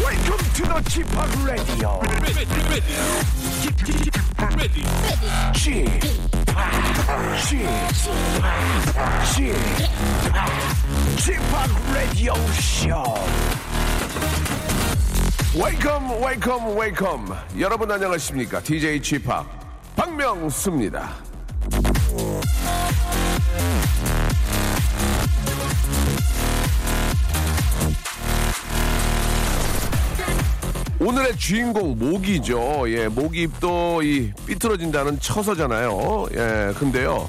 Welcome to the Chip Radio. Chip, Chip, Chip Radio Show. Welcome, welcome, welcome. 여러분 안녕하십니까? DJ Chip 박명수입니다. 오늘의 주인공 모기죠. 예, 모기입도 이 삐뚤어진다는 처서잖아요. 예, 근데요.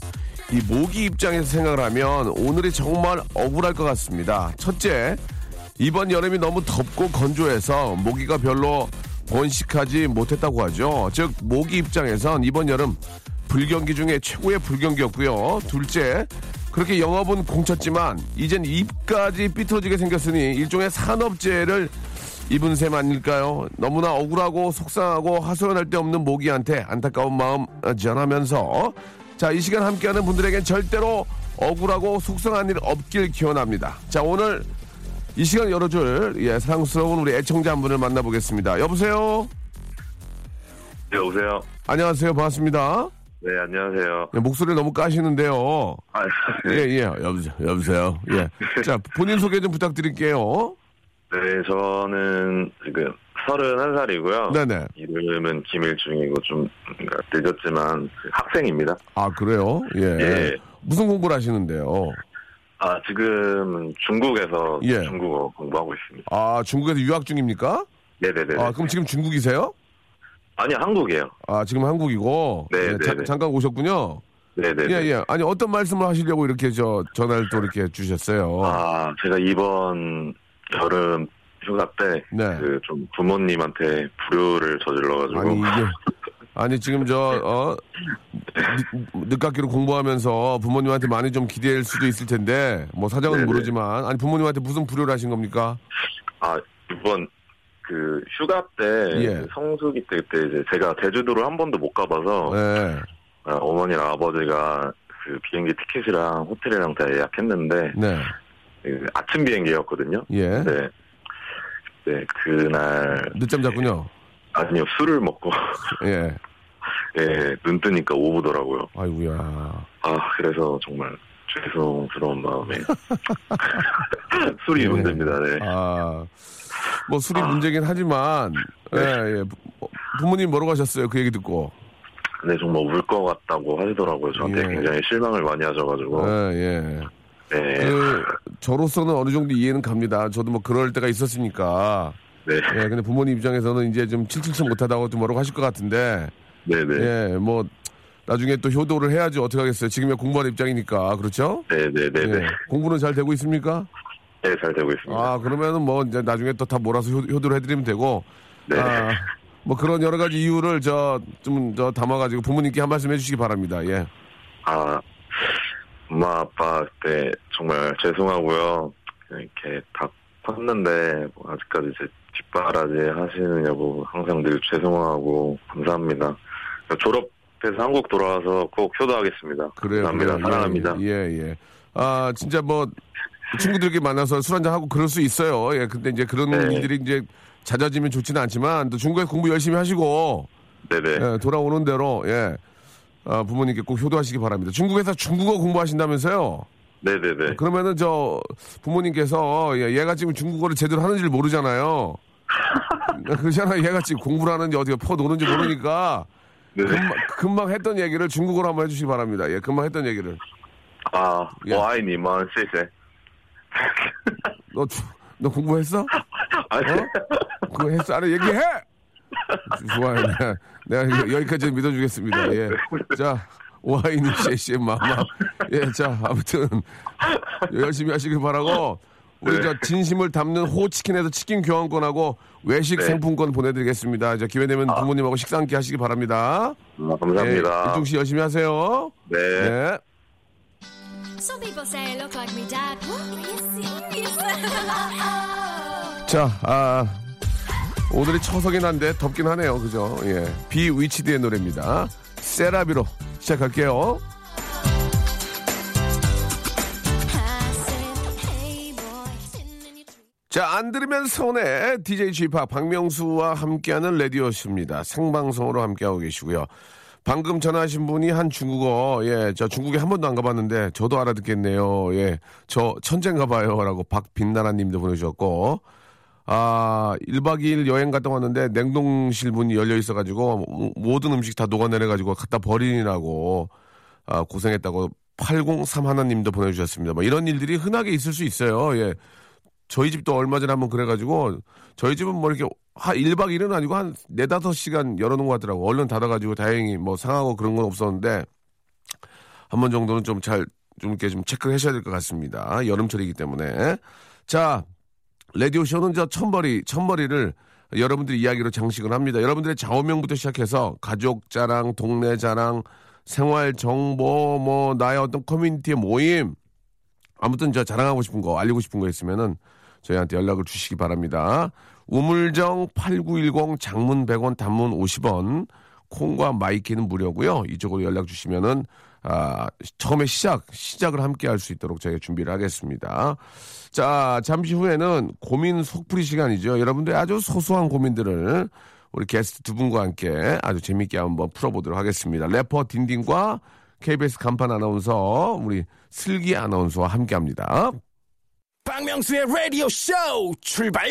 이 모기 입장에서 생각을 하면 오늘이 정말 억울할 것 같습니다. 첫째, 이번 여름이 너무 덥고 건조해서 모기가 별로 번식하지 못했다고 하죠. 즉, 모기 입장에선 이번 여름 불경기 중에 최고의 불경기였고요. 둘째, 그렇게 영업은 공쳤지만 이젠 입까지 삐뚤어지게 생겼으니 일종의 산업재해를 입은 셈 아닐까요? 너무나 억울하고 속상하고 하소연할 데 없는 모기한테 안타까운 마음 어, 전하면서 자 이 시간 함께하는 분들에겐 절대로 억울하고 속상한 일 없길 기원합니다. 자 오늘 이 시간 열어줄 예, 사랑스러운 우리 애청자 한 분을 만나보겠습니다. 여보세요. 네, 오세요. 안녕하세요. 반갑습니다. 네, 안녕하세요. 예, 목소리를 너무 까시는데요. 아, 예, 예. 여보세요. 여보세요. 예. 자, 본인 소개 좀 부탁드릴게요. 네, 저는 지금 31살이고요. 네네. 이름은 김일중이고 좀 그러니까 늦었지만 학생입니다. 아, 그래요? 예. 예. 무슨 공부를 하시는데요? 아, 지금 중국에서 예. 중국어 공부하고 있습니다. 아, 중국에서 유학 중입니까? 네네네. 아, 그럼 지금 중국이세요? 아니, 한국이에요. 아, 지금 한국이고. 네, 예, 네, 자- 네. 잠깐 오셨군요. 네네. 예, 예. 아니, 어떤 말씀을 하시려고 이렇게 저 전화를 또 이렇게 주셨어요. 아, 제가 이번 여름 휴가 때 네. 그 좀 부모님한테 불효를 저질러가지고 아니, 이게. 아니, 지금 저, 어, 늦- 늦깎이로 공부하면서 부모님한테 많이 좀 기대할 수도 있을 텐데, 뭐 사정은 네, 네. 모르지만, 아니, 부모님한테 무슨 불효를 하신 겁니까? 아 이번 그 휴가 때 예. 그 성수기 때 그때 이제 제가 제주도를 한 번도 못 가봐서 네. 아, 어머니랑 아버지가 그 비행기 티켓이랑 호텔이랑 다 예약했는데 네. 그 아침 비행기였거든요. 예. 네. 네 그날 늦잠 잤군요. 아니요 술을 먹고 예. 예, 눈 뜨니까 오후더라고요. 아이고야. 아 그래서 정말 죄송스러운 마음에 술이 예. 문제입니다. 네. 아. 아. 뭐 술이 문제긴 하지만, 네. 예, 예. 부- 부모님 뭐라고 하셨어요? 그 얘기 듣고. 근데 정말 울 것 같다고 하시더라고요. 저한테 예. 굉장히 실망을 많이 하셔가지고. 예, 예. 어. 네. 그, 저로서는 어느 정도 이해는 갑니다. 저도 뭐 그럴 때가 있었으니까. 네. 예, 근데 부모님 입장에서는 이제 좀 칠칠치 못하다고 좀 뭐라고 하실 것 같은데. 네네. 예, 뭐, 나중에 또 효도를 해야지 어떻게 하겠어요. 지금의 공부하는 입장이니까. 그렇죠? 네네네네. 예. 공부는 잘 되고 있습니까? 네, 잘 되고 있습니다. 아, 그러면은 뭐, 이제 나중에 또 다 몰아서 효, 효도를 해드리면 되고. 네. 아, 뭐 그런 여러 가지 이유를 저, 좀, 저 담아가지고 부모님께 한 말씀 해주시기 바랍니다. 예. 아, 엄마, 아빠 그때 정말 죄송하고요. 이렇게 다 팠는데, 뭐 아직까지 이제 뒷바라지 하시느냐고 항상 늘 죄송하고 감사합니다. 그러니까 졸업해서 한국 돌아와서 꼭 효도하겠습니다. 그래요. 감사합니다. 그래요. 사랑합니다. 예, 예, 예. 아, 진짜 뭐, 친구들끼리 만나서 술 한잔하고 그럴 수 있어요. 예, 근데 이제 그런 네. 일들이 이제 잦아지면 좋지는 않지만, 또 중국에서 공부 열심히 하시고, 네네. 예, 돌아오는 대로, 예. 아, 부모님께 꼭 효도하시기 바랍니다. 중국에서 중국어 공부하신다면서요? 네네네. 그러면은 저 부모님께서 예, 얘가 지금 중국어를 제대로 하는지 를 모르잖아요. 그러잖아요. 얘가 지금 공부를 하는지 어떻게 퍼 노는지 모르니까 네. 금방, 금방 했던 얘기를 중국어로 한번 해주시기 바랍니다. 예, 금방 했던 얘기를. 아, 예. 어? 뭐, 아이, 니만, 쎄쎄. 너, 주- 너 공부했어? 아, 예, 그거 했어? 아니, 얘기해! 좋아요. 네. 내가 여- 여기까지 믿어주겠습니다. 예. 자, 와인이 씨의 마마. 예, 자, 아무튼, 열심히 하시길 바라고 우리 네. 저 진심을 담는 호치킨에서 치킨 교환권하고 외식 네. 생품권 보내드리겠습니다. 이제 기회 되면 부모님하고 식사 함께 하시기 바랍니다. 아, 예, 감사합니다. 일종 씨 열심히 하세요. 네. 네. Some people say I look like me dad. What? Are you serious? 자, 아, 오늘이 처서긴 한데 덥긴 하네요. 그죠? 예. 비위치드의 노래입니다. 세라비로 시작할게요. I said, hey boy, sitting in your tree. 자, 안 들으면 손해. DJ G파 박명수와 함께하는 라디오쇼입니다. 생방송으로 함께하고 계시고요. 방금 전화하신 분이 한 중국어, 예, 저 중국에 한 번도 안 가봤는데 저도 알아듣겠네요. 예, 저 천재인가 봐요. 라고 박빛나라 님도 보내주셨고, 아, 1박 2일 여행 갔다 왔는데 냉동실 문이 열려 있어가지고 모- 모든 음식 다 녹아내려가지고 갖다 버리라고 아, 고생했다고 803 하나님도 보내주셨습니다. 뭐 이런 일들이 흔하게 있을 수 있어요. 예. 저희 집도 얼마 전에 한번 그래가지고 저희 집은 뭐 이렇게 한 1박 2일은 아니고 한 4, 5시간 열어놓은 것 같더라고. 얼른 닫아가지고 다행히 뭐 상하고 그런 건 없었는데 한 번 정도는 좀 잘 좀 이렇게 좀 체크를 하셔야 될 것 같습니다. 여름철이기 때문에. 자, 라디오 쇼는 저 천벌이, 천벌이를 여러분들 이야기로 장식을 합니다. 여러분들의 좌우명부터 시작해서 가족 자랑, 동네 자랑, 생활 정보, 뭐 나의 어떤 커뮤니티의 모임, 아무튼 저 자랑하고 싶은 거 알리고 싶은 거 있으면은 저희한테 연락을 주시기 바랍니다. 우물정 8910 장문 100원 단문 50원 콩과 마이키는 무료고요. 이쪽으로 연락 주시면은 아, 처음에 시작 시작을 함께 할 수 있도록 저희가 준비를 하겠습니다. 자, 잠시 후에는 고민 속풀이 시간이죠. 여러분들의 아주 소소한 고민들을 우리 게스트 두 분과 함께 아주 재밌게 한번 풀어보도록 하겠습니다. 래퍼 딘딘과 KBS 간판 아나운서 우리 슬기 아나운서와 함께합니다. 박명수의 라디오 쇼 출발!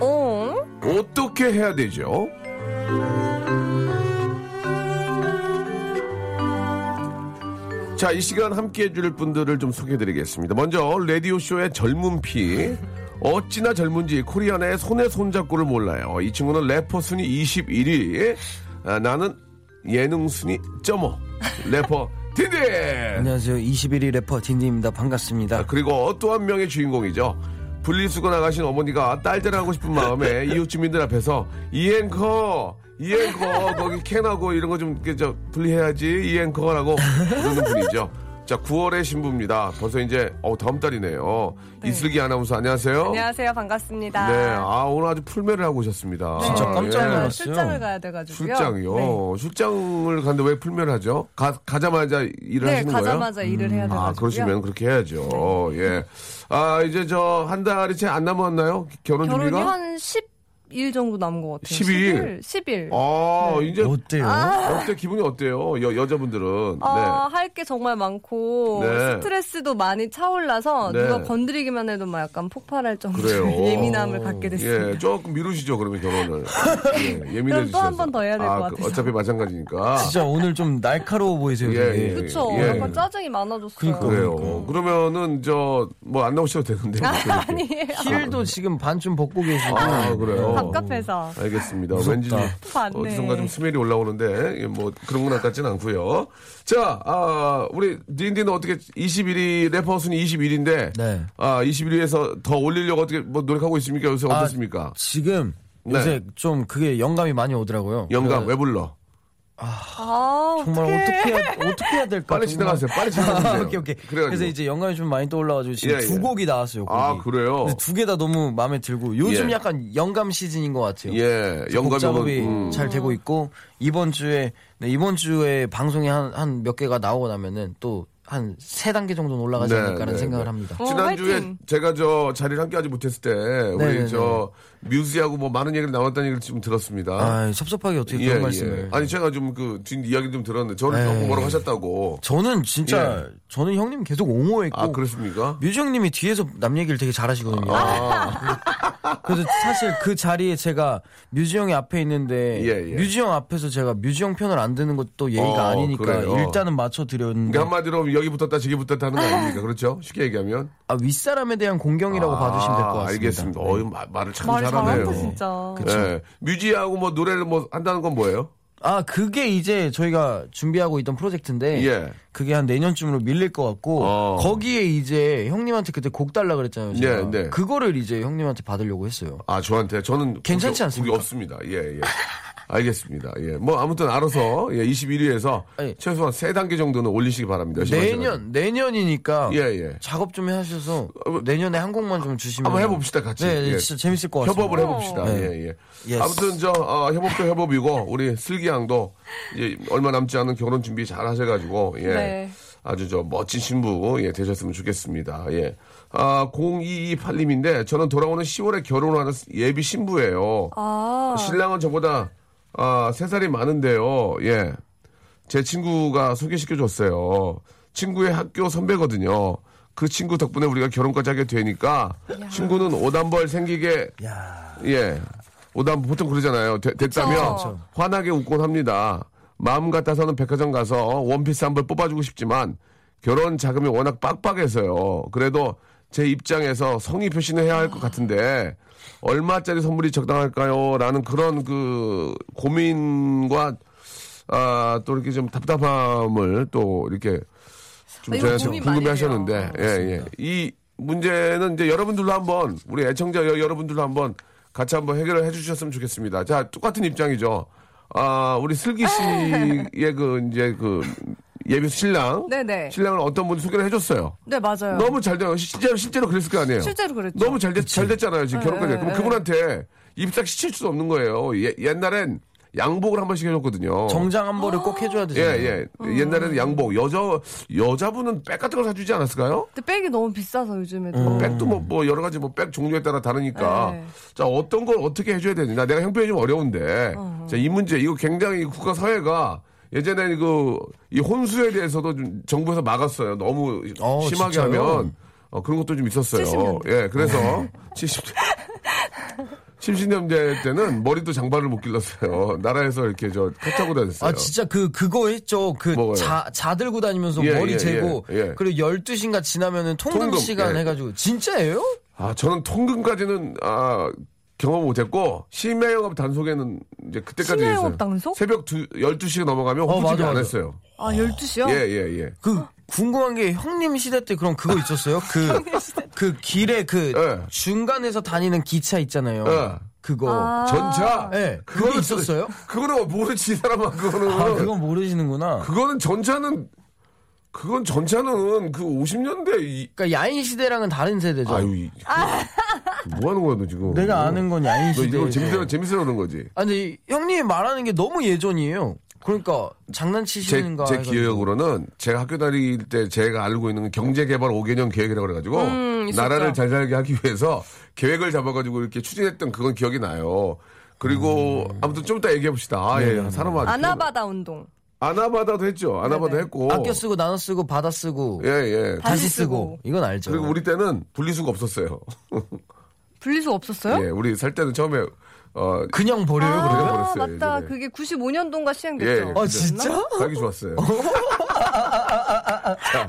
어? 어떻게 해야 되죠? 자, 이 시간 함께 해줄 분들을 좀 소개해드리겠습니다. 먼저, 라디오쇼의 젊은 피. 어찌나 젊은지 코리아나의 손에 손잡고를 몰라요. 이 친구는 래퍼 순위 21위. 아, 나는 예능 순위 점오. 래퍼 디디! 안녕하세요. 21위 래퍼 딘딘입니다. 반갑습니다. 아, 그리고 또 한 명의 주인공이죠. 분리수거 나가신 어머니가 딸 자랑하고 싶은 마음에 이웃 주민들 앞에서 이앵커 이앵커 거기 캔하고 이런 거 좀 분리해야지 이앵커라고 부르는 분이죠. 자 9월의 신부입니다. 벌써 이제 어, 다음 달이네요. 이슬기 아나운서 안녕하세요. 안녕하세요. 반갑습니다. 네, 아 오늘 아주 풀매를 하고 오셨습니다. 진짜 깜짝 예. 놀랐어요. 출장을 가야 돼가지고요. 네. 출장이요. 출장을 간데 왜 풀매를 하죠? 가, 가자마자 일을 네, 하시는 거예요? 가자마자 일을 해야 돼가지고요. 네. 아, 그러시면 그렇게 해야죠. 예. 아, 이제 저 한 달이 채 안 남았나요? 기- 결혼 결혼이 준비가? 한 10일 정도 남은 것 같아요. 10일? 10일. 10일. 어, 아, 이제 어때요? 어때 기분이 어때요? 여, 여자분들은. 아, 할 게 정말 많고 네. 스트레스도 많이 차올라서 네. 누가 건드리기만 해도 막 약간 폭발할 정도로 그래요. 예민함을 네. 갖게 됐습니다. 예, 조금 미루시죠, 그러면 결혼을. 예, 예민해 그럼 주셔서. 또한번더 해야 될것 아, 그- 같아서. 어차피 마찬가지니까. 진짜 오늘 좀 날카로워 보이세요. 예, 되게. 예. 그쵸? 예. 약간 어, 짜증이 많아졌어요. 그러니까. 그래요. 그러면은 저 뭐 안 나오셔도 되는데. 아니. 힐도 지금 반쯤 벗고 계시고. 아, 그래요. 갑갑해서. 알겠습니다. 왠지 봤네. 어디선가 좀 스멜이 올라오는데 예, 뭐 그런 건 아깝진 않고요. 자, 아, 우리 딘딘은 어떻게 21위 래퍼 순위 21위인데 네. 아 21위에서 더 올리려고 어떻게 뭐 노력하고 있습니까? 요새 아, 어떻습니까? 지금 네. 요새 좀 그게 영감이 많이 오더라고요. 그 영감 왜 불러? 아, 정말 어떻게 해야, 어떻게 해야 될까? 빨리 정말. 지나가세요. 빨리 지나가세요. 아, 오케이 오케이. 그래 그래가지고. 서 이제 영감이 좀 많이 떠올라가지고 지금 예, 예. 두 곡이 나왔어요. 곡이. 아 그래요. 두 개 다 너무 마음에 들고 요즘 예. 약간 영감 시즌인 것 같아요. 예, 영감이 곡 작업이 오면, 음. 잘 되고 있고 이번 주에 네, 이번 주에 방송이 한 한 몇 개가 나오고 나면은 또 한 세 단계 정도는 올라가지 네, 않을까라는 네, 생각을 네. 합니다. 어, 지난주에 화이팅. 제가 저 자리를 함께하지 못했을 때 우리 네, 네, 저 뮤즈하고 뭐 많은 얘기를 나눴다는 얘기를 지금 들었습니다. 아, 섭섭하게 어떻게 그런 말씀을? 예, 네. 아니 제가 좀 그 뒷이야기 좀 들었는데 저는 에이. 너무 뭐라고 하셨다고. 저는 진짜 저는 형님 계속 옹호했고 예. 아 그렇습니까? 뮤지 형님이 뒤에서 남 얘기를 되게 잘하시거든요. 아. 그래서 사실 그 자리에 제가 뮤지 형이 앞에 있는데 예, 예. 뮤지 형 앞에서 제가 뮤지 형 편을 안 드는 것도 예의가 어, 아니니까 그래요. 일단은 맞춰 드렸는데 그러니까 한마디로 여기 붙었다 저기 붙었다 하는 거 아닙니까? 그렇죠? 쉽게 얘기하면. 아, 윗사람에 대한 공경이라고 아, 봐주시면 될 것 같습니다. 네. 알겠습니다. 어이, 마- 말을 참 말 잘하네요. 잘한다 진짜. 예. 뮤지하고 뭐 노래를 뭐 한다는 건 뭐예요? 아, 그게 이제 저희가 준비하고 있던 프로젝트인데 예. 그게 한 내년쯤으로 밀릴 것 같고 어. 거기에 이제 형님한테 그때 곡 달라 그랬잖아요. 제가. 예, 네. 그거를 이제 형님한테 받으려고 했어요. 아, 저한테 저는 괜찮지 않습니까? 그게 없습니다. 예, 예. 알겠습니다. 예. 뭐 아무튼 알아서 예, 21위에서 아니. 최소한 세단계 정도는 올리시기 바랍니다. 네. 내년 내년이니까 예, 예. 작업 좀 하셔서 어, 뭐, 내년에 한 곡만 좀 주시면 한번 해봅시다, 같이. 네, 네, 예. 진짜 재밌을 것 같습니다. 협업을 해봅시다. 네. 예, 예. Yes. 아무튼 저 어, 협업도 협업이고 우리 슬기 양도 이제 얼마 남지 않은 결혼 준비 잘 하셔가지고 예. 네. 아주 저 멋진 신부 예, 되셨으면 좋겠습니다. 예. 아 0228님인데 저는 돌아오는 10월에 결혼하는 예비 신부예요. 아 신랑은 저보다 아, 3살이 많은데요. 예. 제 친구가 소개시켜 줬어요. 친구의 학교 선배거든요. 그 친구 덕분에 우리가 결혼까지 하게 되니까 친구는 오단벌 생기게 예. 오단 보통 그러잖아요. 되- 됐다며 그쵸. 환하게 웃곤 합니다. 마음 같아서는 백화점 가서 원피스 한 벌 뽑아주고 싶지만 결혼 자금이 워낙 빡빡해서요. 그래도 제 입장에서 성의 표시는 해야 할 것 같은데 얼마짜리 선물이 적당할까요? 라는 그런 그 고민과 아, 또 이렇게 좀 답답함을 또 이렇게 좀 아, 이거 저희가 고민 많이 궁금해 돼요. 하셨는데, 예, 예. 이 문제는 이제 여러분들도 한번, 우리 애청자 여- 여러분들도 한번 같이 한번 해결을 해 주셨으면 좋겠습니다. 자, 똑같은 입장이죠. 아, 우리 슬기 씨의 그, 이제 그 예비 신랑. 네네. 신랑을 어떤 분이 소개를 해줬어요. 네 맞아요. 너무 잘 돼요. 실제로, 실제로 그랬을 거 아니에요? 실제로 그랬죠. 너무 잘, 됐, 잘 됐잖아요. 지금 네, 결혼까지. 네, 그럼 네. 그분한테 입삭시킬 수 없는 거예요. 예, 옛날엔 양복을 한 번씩 해줬거든요. 정장 한 벌을 꼭 해줘야 예, 되잖아요. 예. 음. 옛날에는 양복. 여자, 여자분은 백 같은 걸 사주지 않았을까요? 근데 백이 너무 비싸서 요즘에 또. 음. 백도 뭐, 뭐 여러 가지 뭐 백 종류에 따라 다르니까. 네. 자, 어떤 걸 어떻게 해줘야 되느냐. 내가 형편이 좀 어려운데. 자, 이 문제, 이거 굉장히 국가 사회가 예전에 그, 이 혼수에 대해서도 좀 정부에서 막았어요. 너무 어, 심하게 진짜요? 네. 하면. 어, 그런 것도 좀 있었어요. 70년대. 예, 그래서. 70, 70년대 때는 머리도 장발을 못 길렀어요. 나라에서 이렇게 저 컷하고 다녔어요. 아 진짜 그 그거 했죠 그 뭐가요? 자 자 들고 다니면서 예, 머리 예, 재고 예, 예. 그리고 1 2 시인가 지나면은 통금, 통금, 시간 예. 해가지고 진짜예요? 아, 저는 통금까지는 아, 경험 못했고 심야영업 단속에는 이제 그때까지 심야 했어요. 영업 단속? 새벽 두, 12시가 넘어가면 어, 호프집이 맞아, 안 맞아. 했어요. 아 12시요? 예, 예, 예. 그 궁금한 게 형님 시대 때 그럼 그거 있었어요? 그 그 길에 그 예. 중간에서 다니는 기차 있잖아요. 예. 그거 아. 전차? 예, 그게 그거는 있었어요? 그거는 뭐 모르지 이 사람아 그거는. 아 그거... 그건 모르시는구나. 는 전차는 그건 전차는 그 50년대 이 그러니까 야인 시대랑은 다른 세대죠. 아유 이... 뭐 하는 거야 너 지금? 내가 아는 건 야인 너 시대. 이거 재밌어 재밌어 그런 거지. 아 근데 이- 형님이 말하는 게 너무 예전이에요. 그러니까 제, 장난치시는가 제 해가지고. 기억으로는 제가 학교 다닐 때 제가 알고 있는 경제개발 5개년 계획이라고 그래가지고 음, 나라를 잘 살게 하기 위해서 계획을 잡아가지고 이렇게 추진했던 그건 기억이 나요. 그리고 음. 아무튼 좀 이따 얘기해 봅시다. 아, 네. 예, 사람 아주 아나바다 운동. 아나바다도 했죠. 아나바다 네네. 했고. 아껴 쓰고 나눠 쓰고 받아 쓰고 예, 예. 다시 다시 쓰고 쓰고. 이건 알죠. 그리고 우리 때는 분리수가 없었어요. 분리수 없었어요? 예, 우리 살 때는 처음에 어 그냥 버려요 그래요? 그러면? 아 버렸어요, 맞다. 예전에. 그게 95년도인가 예, 시행됐죠. 예. 아 진짜? 살기 좋았어요. 자,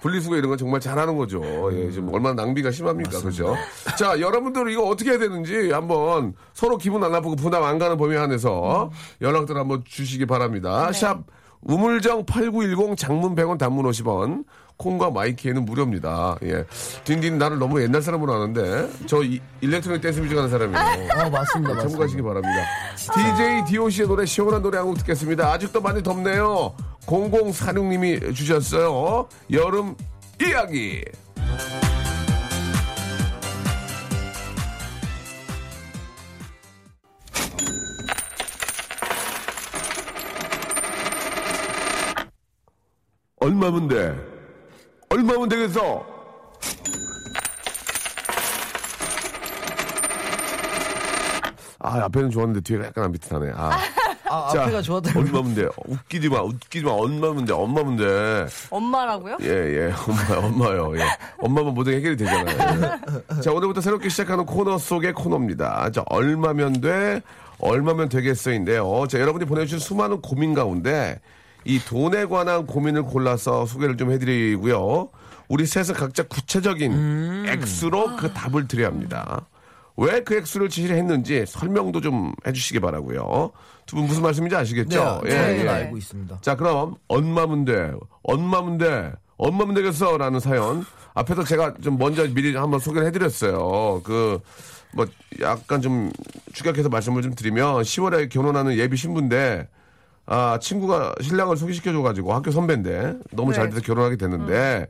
분리수거 이런 건 정말 잘하는 거죠. 예, 지금 얼마나 낭비가 심합니까, 그죠? 자, 여러분들 이거 어떻게 해야 되는지 한번 서로 기분 안 나쁘고 부담 안 가는 범위 안에서 연락들 한번 주시기 바랍니다. 샵 우물정 8910 장문 100원 단문 50원 콩과 마이키에는 무료입니다. 예. 딘딘 나를 너무 옛날 사람으로 아는데 저 이, 일렉트로닉 댄스 뮤직 하는 사람이에요. 어 맞습니다. 맞습니다. 참고하시기 바랍니다. DJ DOC의 노래 시원한 노래 한 곡 듣겠습니다. 아직도 많이 덥네요. 0046님이 주셨어요. 여름 이야기. 얼마면 돼? 얼마면 되겠어? 아, 앞에는 좋았는데 뒤에가 약간 안 비슷하네. 아. 아 자, 앞에가 좋았다. 얼마면 돼? 웃기지 마, 웃기지 마. 얼마면 돼? 엄마면 돼? 엄마라고요? 예, 예. 엄마, 엄마요. 예. 엄마면 모든 게 해결이 되잖아요. 예. 자, 오늘부터 새롭게 시작하는 코너 속의 코너입니다. 자, 얼마면 돼? 얼마면 되겠어인데요. 자, 여러분이 보내주신 수많은 고민 가운데 이 돈에 관한 고민을 골라서 소개를 좀 해드리고요. 우리 셋은 각자 구체적인 음. 액수로 그 답을 드려야 합니다. 왜 그 액수를 지시했는지 설명도 좀 해주시기 바라고요. 두 분 무슨 말씀인지 아시겠죠? 예, 네, 저는 알고 있습니다. 자, 그럼 엄마문데, 엄마문데, 엄마문데겠어라는 사연 앞에서 제가 좀 먼저 미리 한번 소개를 해드렸어요. 그 뭐 약간 좀 축약해서 말씀을 좀 드리면 10월에 결혼하는 예비 신부인데 아 친구가 신랑을 소개시켜줘가지고 학교 선배인데 너무 네. 잘 돼서 결혼하게 음. 됐는데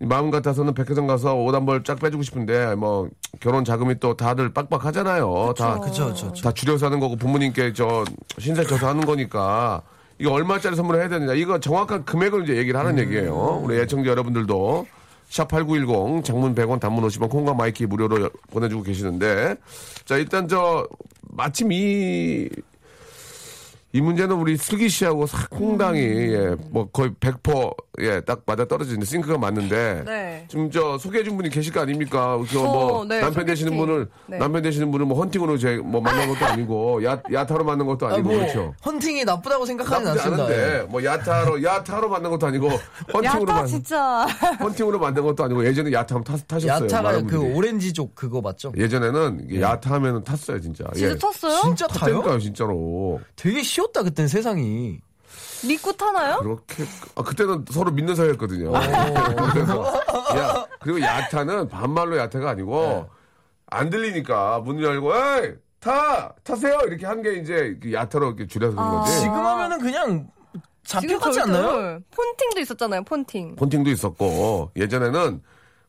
마음 같아서는 백화점 가서 옷 한 벌 쫙 빼주고 싶은데 뭐 결혼 자금이 또 다들 빡빡하잖아요. 다 그쵸, 그쵸, 그쵸. 다 줄여서 하는 거고 부모님께 저 신세 져서 하는 거니까 이거 얼마짜리 선물을 해야 되느냐 이거 정확한 금액을 이제 얘기를 음. 하는 얘기예요 우리 애청자 여러분들도 샵8910 장문 100원 단문 50원 콩과 마이키 무료로 여- 보내주고 계시는데 자 일단 저 마침 이 이 문제는 우리 슬기 씨하고 상당히 음. 예, 뭐 거의 100%예딱 맞아 떨어지는 싱크가 맞는데 네. 지금 저 소개해준 분이 계실 거 아닙니까? 그 뭐 어, 네, 남편 되시는 소개팅. 분을 네. 남편 되시는 분을 뭐 헌팅으로 제 뭐 만난 것도 아니고 야 야타로 만난 것도 아니고 그렇죠. 뭐 헌팅이 나쁘다고 생각하진 나쁘지 않습니다. 예. 않은데 뭐 야타로 야타로 만난 것도 아니고 헌팅으로 야타 만 진짜. 헌팅으로 만난 것도 아니고 예전에 야타 한번 타- 타셨어요. 야타가 많은 그 분들이. 오렌지족 그거 맞죠? 예전에는 야타 하면 탔어요 진짜. 진짜 예. 텄어요? 진짜 타요? 탔다니까요 진짜로. 되게 쉬웠다 그땐 세상이. 믿고 타나요? 그렇게 아, 그때는 서로 믿는 사이였거든요. 어. 그래서 야 그리고 야타는 반말로 야타가 아니고 안 들리니까 문 열고 에이 타 타세요 이렇게 한 게 이제 그 야타로 이렇게 줄여서 그런 거지. 지금 하면은 그냥 아, 지금 잡혀가지 저희도 않나요? 폰팅도 있었잖아요. 폰팅. 폰팅도 있었고 예전에는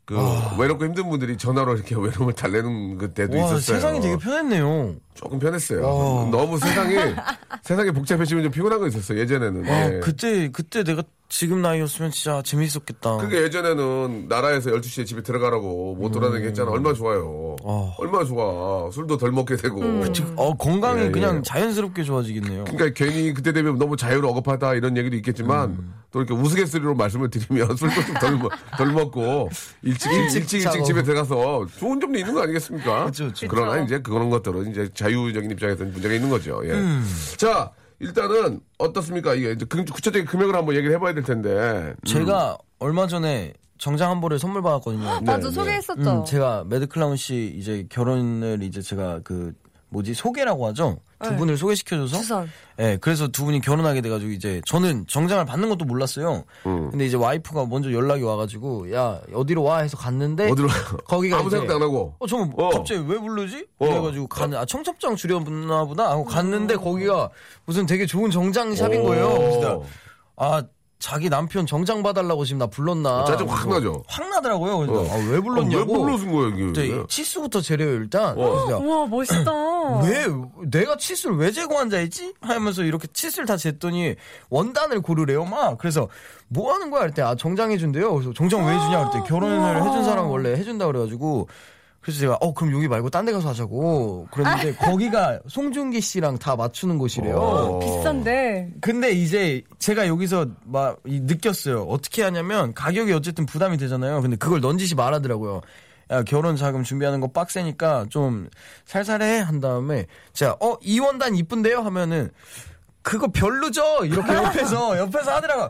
그 외롭고 힘든 분들이 전화로 이렇게 외로움을 달래는 그 때도 아. 와 있었어요. 세상이 되게 편했네요. 조금 편했어요. 와. 너무 세상이 세상이 복잡해지면 좀 피곤한 거 있었어요. 예전에는. 와, 예. 아, 그때 그때 내가 지금 나이였으면 진짜 재밌었겠다. 그게 예전에는 나라에서 12시에 집에 들어가라고 못 음. 돌아다니게 했잖아. 얼마나 좋아요. 어. 얼마나 좋아. 술도 덜 먹게 되고. 어 건강이 예, 예. 그냥 자연스럽게 좋아지겠네요. 그러니까 괜히 그때 되면 너무 자유로 억압하다 이런 얘기도 있겠지만 음. 또 이렇게 우스갯소리로 말씀을 드리면 술도 좀덜 덜 먹고 일찍 일찍, 일찍, 자고. 집에 들어가서 좋은 점도 있는 거 아니겠습니까? 그쵸, 그쵸. 러나 이제 그런 것들은 이제 자유적인 입장에서는 문제가 있는 거죠. 예. 음. 자 일단은 어떻습니까? 이게 이제 금- 구체적인 금액을 한번 얘기를 해봐야 될 텐데. 음. 제가 얼마 전에 정장 한 벌을 선물 받았거든요. 맞아 네. 소개했었죠. 음, 제가 매드클라운 씨 이제 결혼을 이제 제가 그 뭐지 소개라고 하죠. 두 네. 분을 소개시켜줘서. 주선. 예, 그래서 두 분이 결혼하게 돼가지고 이제 저는 정장을 받는 것도 몰랐어요. 음. 근데 이제 와이프가 먼저 연락이 와가지고 야 어디로 와 해서 갔는데 어디로 네. 거기가 아무 이제 생각도 안 하고. 어, 저는 어. 갑자기 왜 부르지? 어. 그래가지고 가는 아 청첩장 줄였나 보다 하고 갔는데 음. 거기가 무슨 되게 좋은 정장샵인 오. 거예요. 그래서 내가 아 자기 남편 정장 봐달라고 지금 나 불렀나? 어, 짜증 확 나죠? 확 나더라고요. 그래서 어. 아, 왜 불렀냐고. 왜 불러준 거야 갑자기 이게? 예? 치수부터 재래요 일단. 그래서 내가 우와 멋있다. 왜 내가 치수를 왜 제거한 자이지? 하면서 이렇게 치수를 다 쟀더니 원단을 고르래요 막. 그래서 뭐 하는 거야? 할때 아 정장 해준대요. 그래서 정장 왜 해주냐? 그때 결혼을 해준 사람 원래 해준다 그래가지고. 그래서 제가 어 그럼 여기 말고 딴 데 가서 하자고 그랬는데 거기가 송중기 씨랑 다 맞추는 곳이래요. 비싼데. 근데 이제 제가 여기서 막 이- 느꼈어요. 어떻게 하냐면 가격이 어쨌든 부담이 되잖아요. 근데 그걸 넌지시 말하더라고요. 야, 결혼 자금 준비하는 거 빡세니까 좀 살살해 한 다음에 제가 어 이 원단 이쁜데요 하면은 그거 별로죠 이렇게 옆에서 옆에서 하더라고.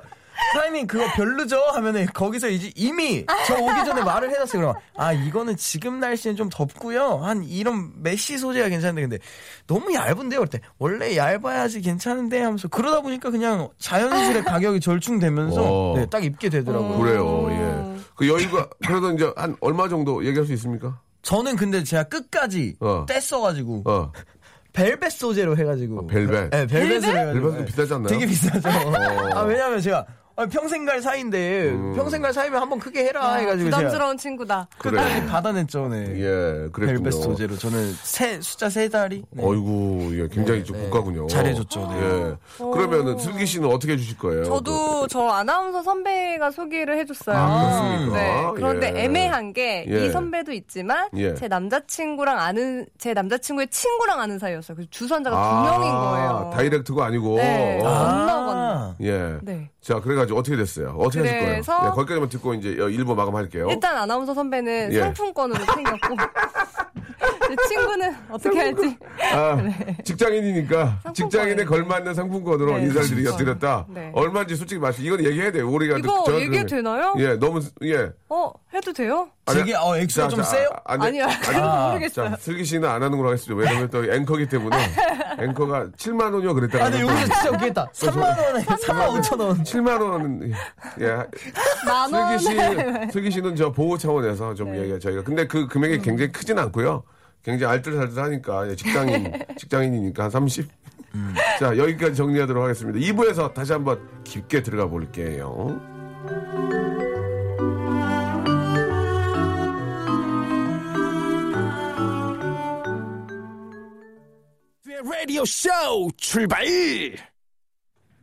사장님 그거 별로죠 하면은 거기서 이제 이미 저 오기 전에 말을 해놨어요. 그럼 아 이거는 지금 날씨는 좀 덥고요. 한 이런 메쉬 소재가 괜찮은데 근데 너무 얇은데요. 그때 원래 얇아야지 괜찮은데 하면서 그러다 보니까 그냥 자연스레 가격이 절충되면서 어. 네, 딱 입게 되더라고요. 그래요. 예. 그 여유가 그래도 이제 한 얼마 정도 얘기할 수 있습니까? 저는 근데 제가 끝까지 어. 뗐어가지고 어. 벨벳 소재로 아, 해가지고 벨벳. 네, 벨벳으로 해가지고 벨벳은 네. 비싸지 않나요? 되게 비싸죠. 어. 아 왜냐면 제가 아, 평생 갈 사이인데 평생 갈 사이면 한번 크게 아, 해라 해가지고 제가 아, 부담스러운 친구다. 음. 그래. 받아냈죠, 네. 예, 그랬군요. 벨벳 소재로 저는 세 숫자 세 다리. 네. 어이구, 예, 굉장히 좀 고가군요. 잘해줬죠, 네. 예. 그러면은 슬기 씨는 어떻게 해주실 거예요? 어. 그- 저도 저 아나운서 선배가 소개를 해줬어요. 아, 그렇습니까? 네. 그런데 예. 애매한 게 이 예. 선배도 있지만 예. 제 남자친구랑 아는 제 남자친구의 친구랑 아는 사이였어요. 그래서 그- 주선자가 아, 두 명인 거예요. 다이렉트가 아니고. 네. 어. 아. 예. 네. 자, 그래가지고 어떻게 됐어요? 어떻게 하실 그래서- 거예요? 예, 거기까지만 듣고 이제 일부 마감할게요. 일단 아나운서 선배는 예. 상품권으로 챙겼고 제 친구는 어떻게 할지. 아, 직장인이니까 직장인에 걸맞는 상품권으로 네, 인사를 드리- 상품권. 드렸다. 네. 얼마인지 솔직히 말씀 이건 얘기해야 돼요. 우리가 이거 저한테- 얘기해도 되나요? 예, 너무 예. 어, 해도 돼요? 아니, 되게 어 액수가 자, 좀 자, 세요? 아, 아니, 아니요, 그건 모르겠어요. 자, 슬기 씨는 안 하는 걸로 하겠습니다. 왜냐면 또 앵커기 때문에 앵커가 7만 원이요 그랬다가 아, 근데 여기서 진짜 어, 웃겠다. 3만 원에 3만 5천 원. 7만 원은 예. 만 원. 네. 슬기 씨, 슬기 씨는 저 보호 차원에서 좀 얘기 저희가 근데 그 금액이 음. 굉장히 크진 않고요. 굉장히 알뜰살뜰하니까 예, 직장인 직장인이니까 한 30. 자 여기까지 정리하도록 하겠습니다. 2부에서 다시 한번 깊게 들어가 볼게요. 네, 라디오 쇼 출발!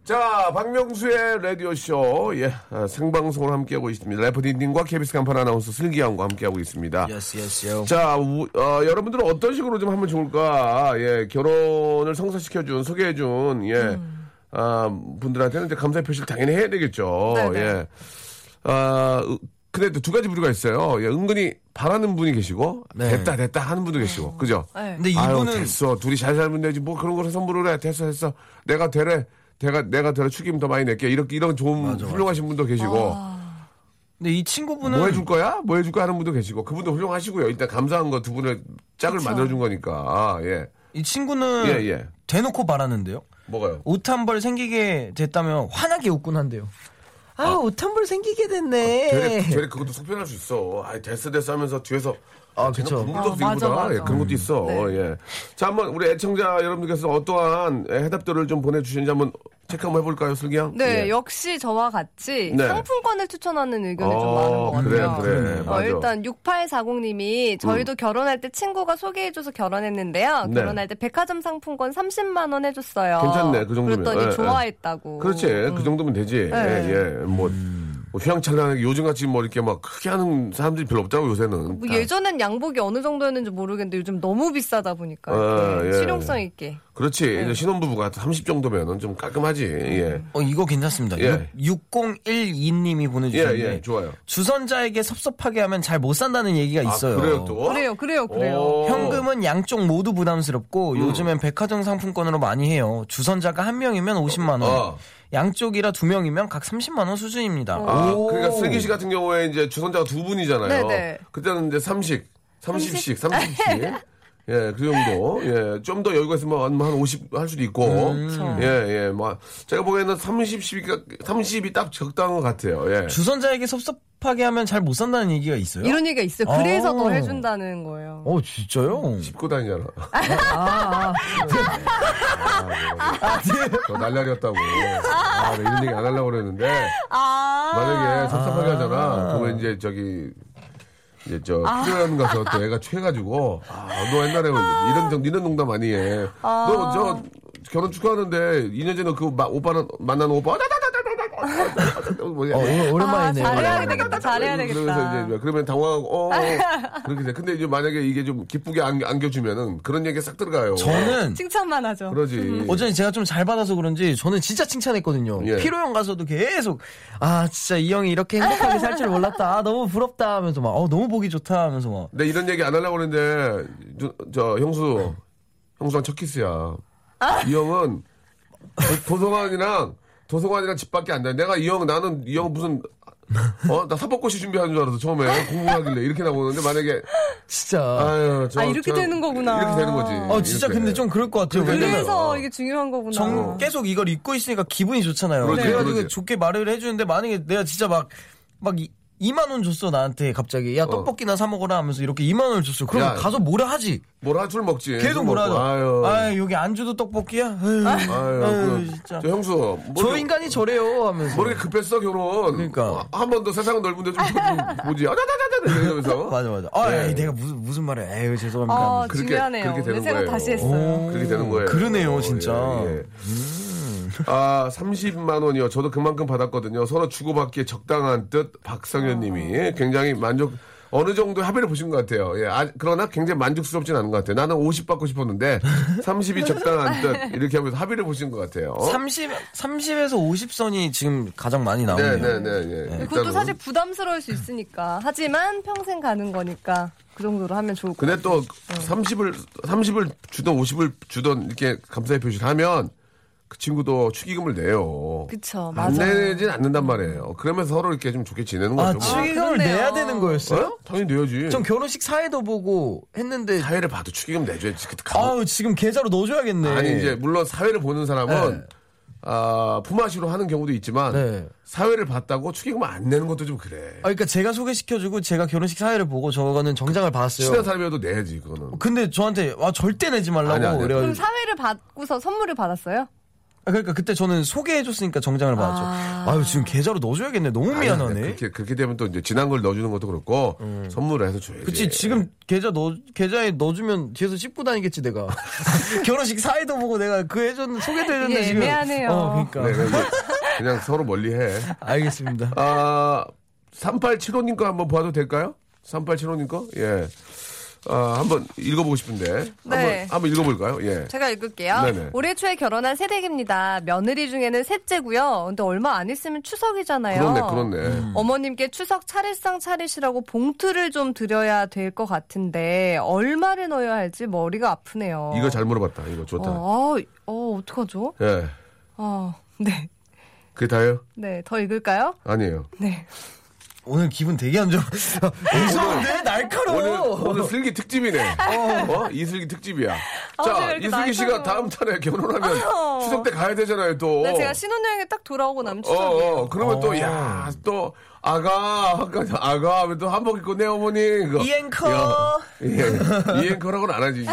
자, 박명수의 라디오쇼, 예, 아, 생방송을 함께하고 있습니다. 래프디님과 KBS 간판 아나운서 슬기양과 함께하고 있습니다. 예스 예스 요. 자, 우- 어, 여러분들은 어떤 식으로 좀 하면 좋을까? 예, 결혼을 성사시켜준, 소개해준, 예, 음. 아, 분들한테는 이제 감사의 표시를 당연히 해야 되겠죠. 네네. 예. 아, 으- 근데 또 두 가지 부류가 있어요. 예, 은근히 바라는 분이 계시고, 네. 됐다, 됐다 하는 분도 계시고, 그죠? 네. 근데 아유, 이분은 됐어. 둘이 잘 살면 되지. 뭐 그런 거로 선물을 해. 됐어, 됐어. 내가 되래. 내가 내가 되래. 축의금 더 많이 낼게. 이렇게 이런 좀 훌륭하신 분도 계시고 아. 근데 이 친구분은 뭐 해줄 거야? 뭐 해줄 거 하는 분도 계시고 그분도 훌륭하시고요. 일단 감사한 거 두 분의 짝을 만들어준 거니까 아, 예, 이 친구는 예, 예. 대놓고 바라는데요. 뭐가요? 옷 한 벌 생기게 됐다면 환하게 웃곤 한대요. 아, 옷 한 벌 생기게 예. 아, 되레, 됐네. 되레 그것도 속편할 수 있어. 아, 됐어, 됐어 하면서 뒤에서 아, 쟤는 그쵸. 국물도 아, 없어, 맞아, 이거보다. 맞아. 네. 예, 그런 것도 있어. 예. 자, 한번 우리 애청자 여러분들께서 어떠한 해답들을 좀 보내주시는지 한번 체크 한번 해볼까요, 슬기 양? 네, 예. 역시 저와 같이 네. 상품권을 추천하는 의견이 좀 어, 많은 것 같아요. 그래, 그래. 어, 맞아. 음. 일단 6840님이 저희도 결혼할 때 친구가 소개해줘서 결혼했는데요. 네. 결혼할 때 백화점 상품권 30만 원 해줬어요. 괜찮네, 그 정도면. 그랬더니 예, 예. 좋아했다고. 그렇지. 그 정도면 되지. 음. 네. 예, 예. 뭐, 뭐 휘황찬란하게 요즘같이 뭐 이렇게 막 크게 하는 사람들이 별로 없다고 요새는. 뭐 다. 예전엔 양복이 어느 정도였는지 모르겠는데 요즘 너무 비싸다 보니까 아, 이렇게 예. 실용성 있게. 그렇지. 이제 신혼부부가 30 정도면은 좀 깔끔하지. 예. 어, 이거 괜찮습니다. 예. 6012님이 예, 보내주셨는데 예. 좋아요. 주선자에게 섭섭하게 하면 잘 못 산다는 얘기가 있어요. 아, 그래요, 또? 어. 그래요, 그래요, 그래요. 오. 현금은 양쪽 모두 부담스럽고 음. 요즘엔 백화점 상품권으로 많이 해요. 주선자가 한 명이면 50만 원, 어. 양쪽이라 두 명이면 각 30만 원 수준입니다. 아, 어. 오. 그러니까 슬기 씨 같은 경우에 이제 주선자가 두 분이잖아요. 네네. 그때는 이제 30, 30씩, 30씩. 예, 그 정도. 예, 좀 더 여유가 있으면 한 50 할 수도 있고. 예, 예. 뭐, 제가 보기에는 30이, 30이 딱 적당한 것 같아요. 예. 주선자에게 섭섭하게 하면 잘 못 산다는 얘기가 있어요. 이런 얘기가 있어요. 그래서 아. 더 해준다는 거예요. 어 진짜요? 짚고 다니잖아. 아, 저 날라렸다고. 아, 네, 이런 얘기 안 하려고 그랬는데. 아. 만약에 섭섭하게 하잖아. 그러면 이제 저기. 이제 저 필요한 가서 또 애가 취해가지고 아너 옛날에 뭐 이런 정- 이런 농담 많이 해. 너 저 결혼 축하하는데 2년 전에 그 마- 오빠는 만난 오빠 뭐 어, 오늘 아, 오랜만이네요. 잘해야 되겠다, 잘해야 그래서 되겠다. 이제 그러면 당황하고 어, 어 그렇게 돼. 근데 이제 만약에 이게 좀 기쁘게 안, 안겨주면은 그런 얘기 싹 들어가요. 그 저는 칭찬만 하죠. 그러지. 어제 제가 좀 잘 받아서 그런지 저는 진짜 칭찬했거든요. 예. 피로형 가서도 계속 아 진짜 이 형이 이렇게 행복하게 살 줄 몰랐다. 아, 너무 부럽다 하면서 막 어, 너무 보기 좋다 하면서 막 내 이런 얘기 안 하려고 그랬는데 저, 저 형수 형수랑 첫 키스야. 이 형은 도- 도서관이랑 도서관이랑 집 밖에 안 돼. 내가 이 형 나는 이 형 무슨 어 나 사법고시 준비하는 줄 알았어 처음에 공부하길래 이렇게 나오는데 만약에 진짜 아유 저, 아, 이렇게 저- 되는 거구나. 이렇게 되는 거지. 어 진짜 이렇게. 어. 근데 좀 그럴 것 같아요. 왜냐면 그래서 이게 중요한 거구나. 어. 정 계속 이걸 입고 있으니까 기분이 좋잖아요. 그러지, 그래가지고 그러지. 좋게 말을 해주는데 만약에 내가 진짜 막 막 2만 원 줬어 나한테 갑자기 야 떡볶이나 사 먹어라 하면서 이렇게 2만 원을 줬어. 그럼 야. 가서 뭐라 하지? 뭐라 줄 먹지. 계속 술 뭐라 먹고. 아유. 하죠. 아 여기 안주도 떡볶이야. 아유, 아유, 아유, 그- 진짜. 저 형수. 저 모르게- 인간이 저래요 하면서. 모르게 급했어, 결혼. 그러니까. 한 번 더 세상은 넓은데 좀, 좀 보지. 아자자자자! 이러면서. 맞아 맞아. 아 네. 에이, 내가 무슨 무슨 말을 에휴 죄송합니다. 아, 그렇게- 중요하네요. 그렇게 되는 내 생각 거예요. 다시 했어요. 그렇게 되는 거예요. 그러네요, 어, 진짜. 음. 예, 예. 아, 30만 원이요. 아. 저도 그만큼 받았거든요. 서로 주고받기에 적당한 듯 박상현 님이 굉장히 만족, 어느 정도 합의를 보신 것 같아요. 예, 아, 그러나 굉장히 만족스럽진 않은 것 같아요. 나는 50 받고 싶었는데 30이 적당한 듯 이렇게 하면서 합의를 보신 것 같아요. 30, 30에서 50선이 지금 가장 많이 나오네요. 네네네. 예. 그것도 일단은. 사실 부담스러울 수 있으니까. 하지만 평생 가는 거니까 그 정도로 하면 좋을 것 근데 또 30을 30을 주던 50을 주던 이렇게 감사의 표시를 하면 그 친구도 축의금을 내요. 그쵸, 안 맞아요. 내진 않는단 말이에요. 그러면서 서로 이렇게 좀 좋게 지내는 아, 거죠. 뭐. 축의금을 그렇네요. 내야 되는 거였어요? 어? 당연히 내야지. 전 결혼식 사회도 보고 했는데 사회를 봐도 축의금 내줘야지. 그 가... 아우 지금 계좌로 넣어줘야겠네. 아니 이제 물론 사회를 보는 사람은 네. 아, 품앗이로 하는 경우도 있지만 네. 사회를 봤다고 축의금 안 내는 것도 좀 그래. 아, 그러니까 제가 소개시켜주고 제가 결혼식 사회를 보고 저거는 정장을 받았어요. 친한 사람이어도 내야지 그거는. 근데 저한테 와 절대 내지 말라고 아니, 아니. 그래가지고 그럼 사회를 받고서 선물을 받았어요? 아, 그러니까 그때 저는 소개해줬으니까 정장을 받았죠. 아... 유 지금 계좌로 넣어줘야겠네. 너무 미안하네. 음. 그렇게 그렇게 되면 또 이제 지난 걸 넣어주는 것도 그렇고 선물을 해서 줘야지. 그치 지금 계좌 넣 계좌에 넣어주면 뒤에서 씹고 다니겠지 내가 결혼식 사이도 보고 내가 그 해줬 소개도 해줬는데 이게 지금 애매하네요. 어, 네, 그러니까 그냥 이제 그냥 서로 멀리해. 알겠습니다. 아, 3875님 거 한번 봐도 될까요? 3875님 거? 예. 아, 한번 읽어보고 싶은데. 네. 한번, 한번 읽어볼까요? 예. 제가 읽을게요. 네네. 올해 초에 결혼한 새댁입니다. 며느리 중에는 셋째고요. 근데 얼마 안 있으면 추석이잖아요. 그렇네, 그렇네. 음. 어머님께 추석 차례상 차리시라고 봉투를 좀 드려야 될 것 같은데 얼마를 넣어야 할지 머리가 아프네요. 이거 잘 물어봤다. 이거 좋다. 어, 어, 어, 어떡하죠? 예. 어, 네. 그게 다예요? 네, 더 읽을까요? 아니에요. 네. 오늘 기분 되게 안 좋아. 이상한데 오늘, 날카로워. 어. 오늘 슬기 특집이네. 어? 이슬기 특집이야. 제가 자, 아, 이렇게 이슬기 씨가 날카로워. 다음 달에 결혼하면 어. 추석 때 가야 되잖아요, 또. 네, 제가 신혼여행에 딱 돌아오고 나면 어, 추석이에요. 어, 그러면 또, 야, 또, 아가, 아까 아가, 하면 또 한복 입고 네, 어머니. 그거. 이앵커. 야, 예, 이앵커라고는 안 하지, 이게.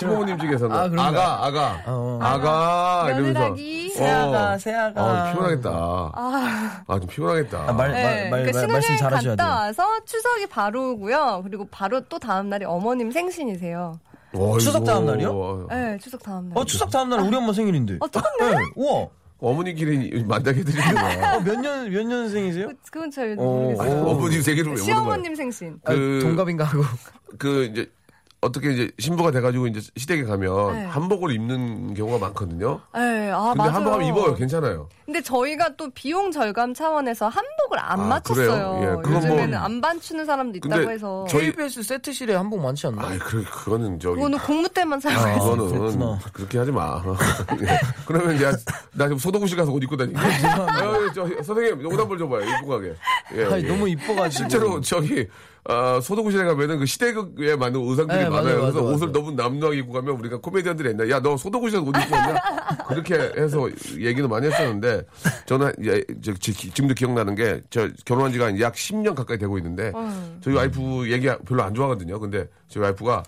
시부모님 중에서는. 아, 아, 그런가요? 가 아가, 어. 아가, 이러면서. 며느라기, 새아가, 어. 새아가. 아, 피곤하겠다. 아, 좀 피곤하겠다. 아, 말, 네, 말, 말, 그러니까 말, 말씀 신혼여행 잘하셔야 갔다 돼요. 와서 추석이 바로 오고요. 그리고 바로 또 다음 날이 어머님 생신이세요. 어이구. 추석 다음 날이요? 네, 추석 다음 날. 어, 추석 다음날 우리 엄마 생일인데. 어, 네, 똑같네? 우와. 어머니끼리 만나게 해드리구나. 어, 몇 년, 몇 년생이세요? 그- 그건 잘 어, 모르겠어요. 아, 어머님 세계를 왜 오는 거야? 시어머님 생신. 아, 그- 동갑인가 하고. 그, 이제, 어떻게 이제 신부가 돼가지고 이제 시댁에 가면 네. 한복을 입는 경우가 많거든요. 네, 아, 근데 맞아요. 한복 하면 입어요. 괜찮아요. 근데 저희가 또 비용 절감 차원에서 한복을 안 아, 맞췄어요. 그래요? 예, 그건 요즘에는 뭐- 안 반추는 사람도 있다고 근데 해서. 저희- KBS 세트실에 한복 많지 않나? 그 아이, 그, 그거는 저기. 그거는 공무 아. 때만 사용했어요 그거는 그렇구나. 그렇게 하지 마. 예. 그러면 이제 나 지금 소독실 가서 옷 입고 다니고. 아, 저, 선생님 옷 한벌 줘봐요 입고 가게. 예, 아니, 예. 너무 이뻐가지고. 실제로 저기 아, 소독실에 가면은 그 시대극에 맞는 의상들이 네, 맞아요, 많아요. 그래서 맞아요, 옷을 맞아요. 너무 남루하게 입고 가면 우리가 코미디언들이 옛날 야너 소독실에서 옷 입고 왔냐 그렇게 해서 얘기도 많이 했었는데 저는 예, 저, 지- 지금도 기억나는 게 저 결혼한 지가 약 10년 가까이 되고 있는데 저희 와이프 얘기 별로 안 좋아하거든요. 근데 저희 와이프가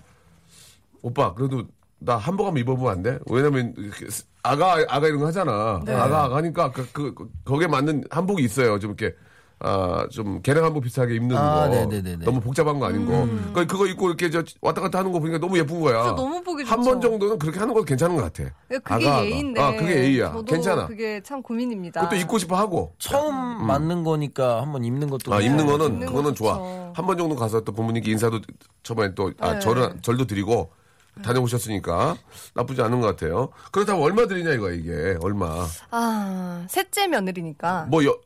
오빠 그래도 나 한복 한번 입어보면 안 돼? 왜냐면 이렇게 스- 아가 아가 이런 거 하잖아. 네. 아가 아가 하니까 그, 그- 그- 거기에 맞는 한복이 있어요. 좀 이렇게 아좀 계량 한복 비슷하게 입는 아, 거. 네네네네. 너무 복잡한 거 아닌 거. 그러니까 그거 입고 이렇게 저 왔다 갔다 하는 거 보니까 너무 예쁜 거야. 음. 진짜 너무 보기 좋죠. 네, 한 번 정도는 그렇게 하는 것도 괜찮은 것 같아. 그게 아가, 아가. 예의인데. 아, 그게 예의야. 저도 괜찮아. 그게 참 고민입니다. 그것도 입고 싶어 하고. 처음 맞는 거니까 한번 입는 것도. 아, 입는 네, 거는 입는 그거는 거 좋아. 좋죠. 한 번 정도 가서 또 부모님께 인사도 저번에 또 아, 네. 절은 절도 드리고 다녀오셨으니까 나쁘지 않은 것 같아요. 그렇다면 얼마 드리냐 이거 이게 얼마? 아, 셋째 며느리니까. 뭐 여,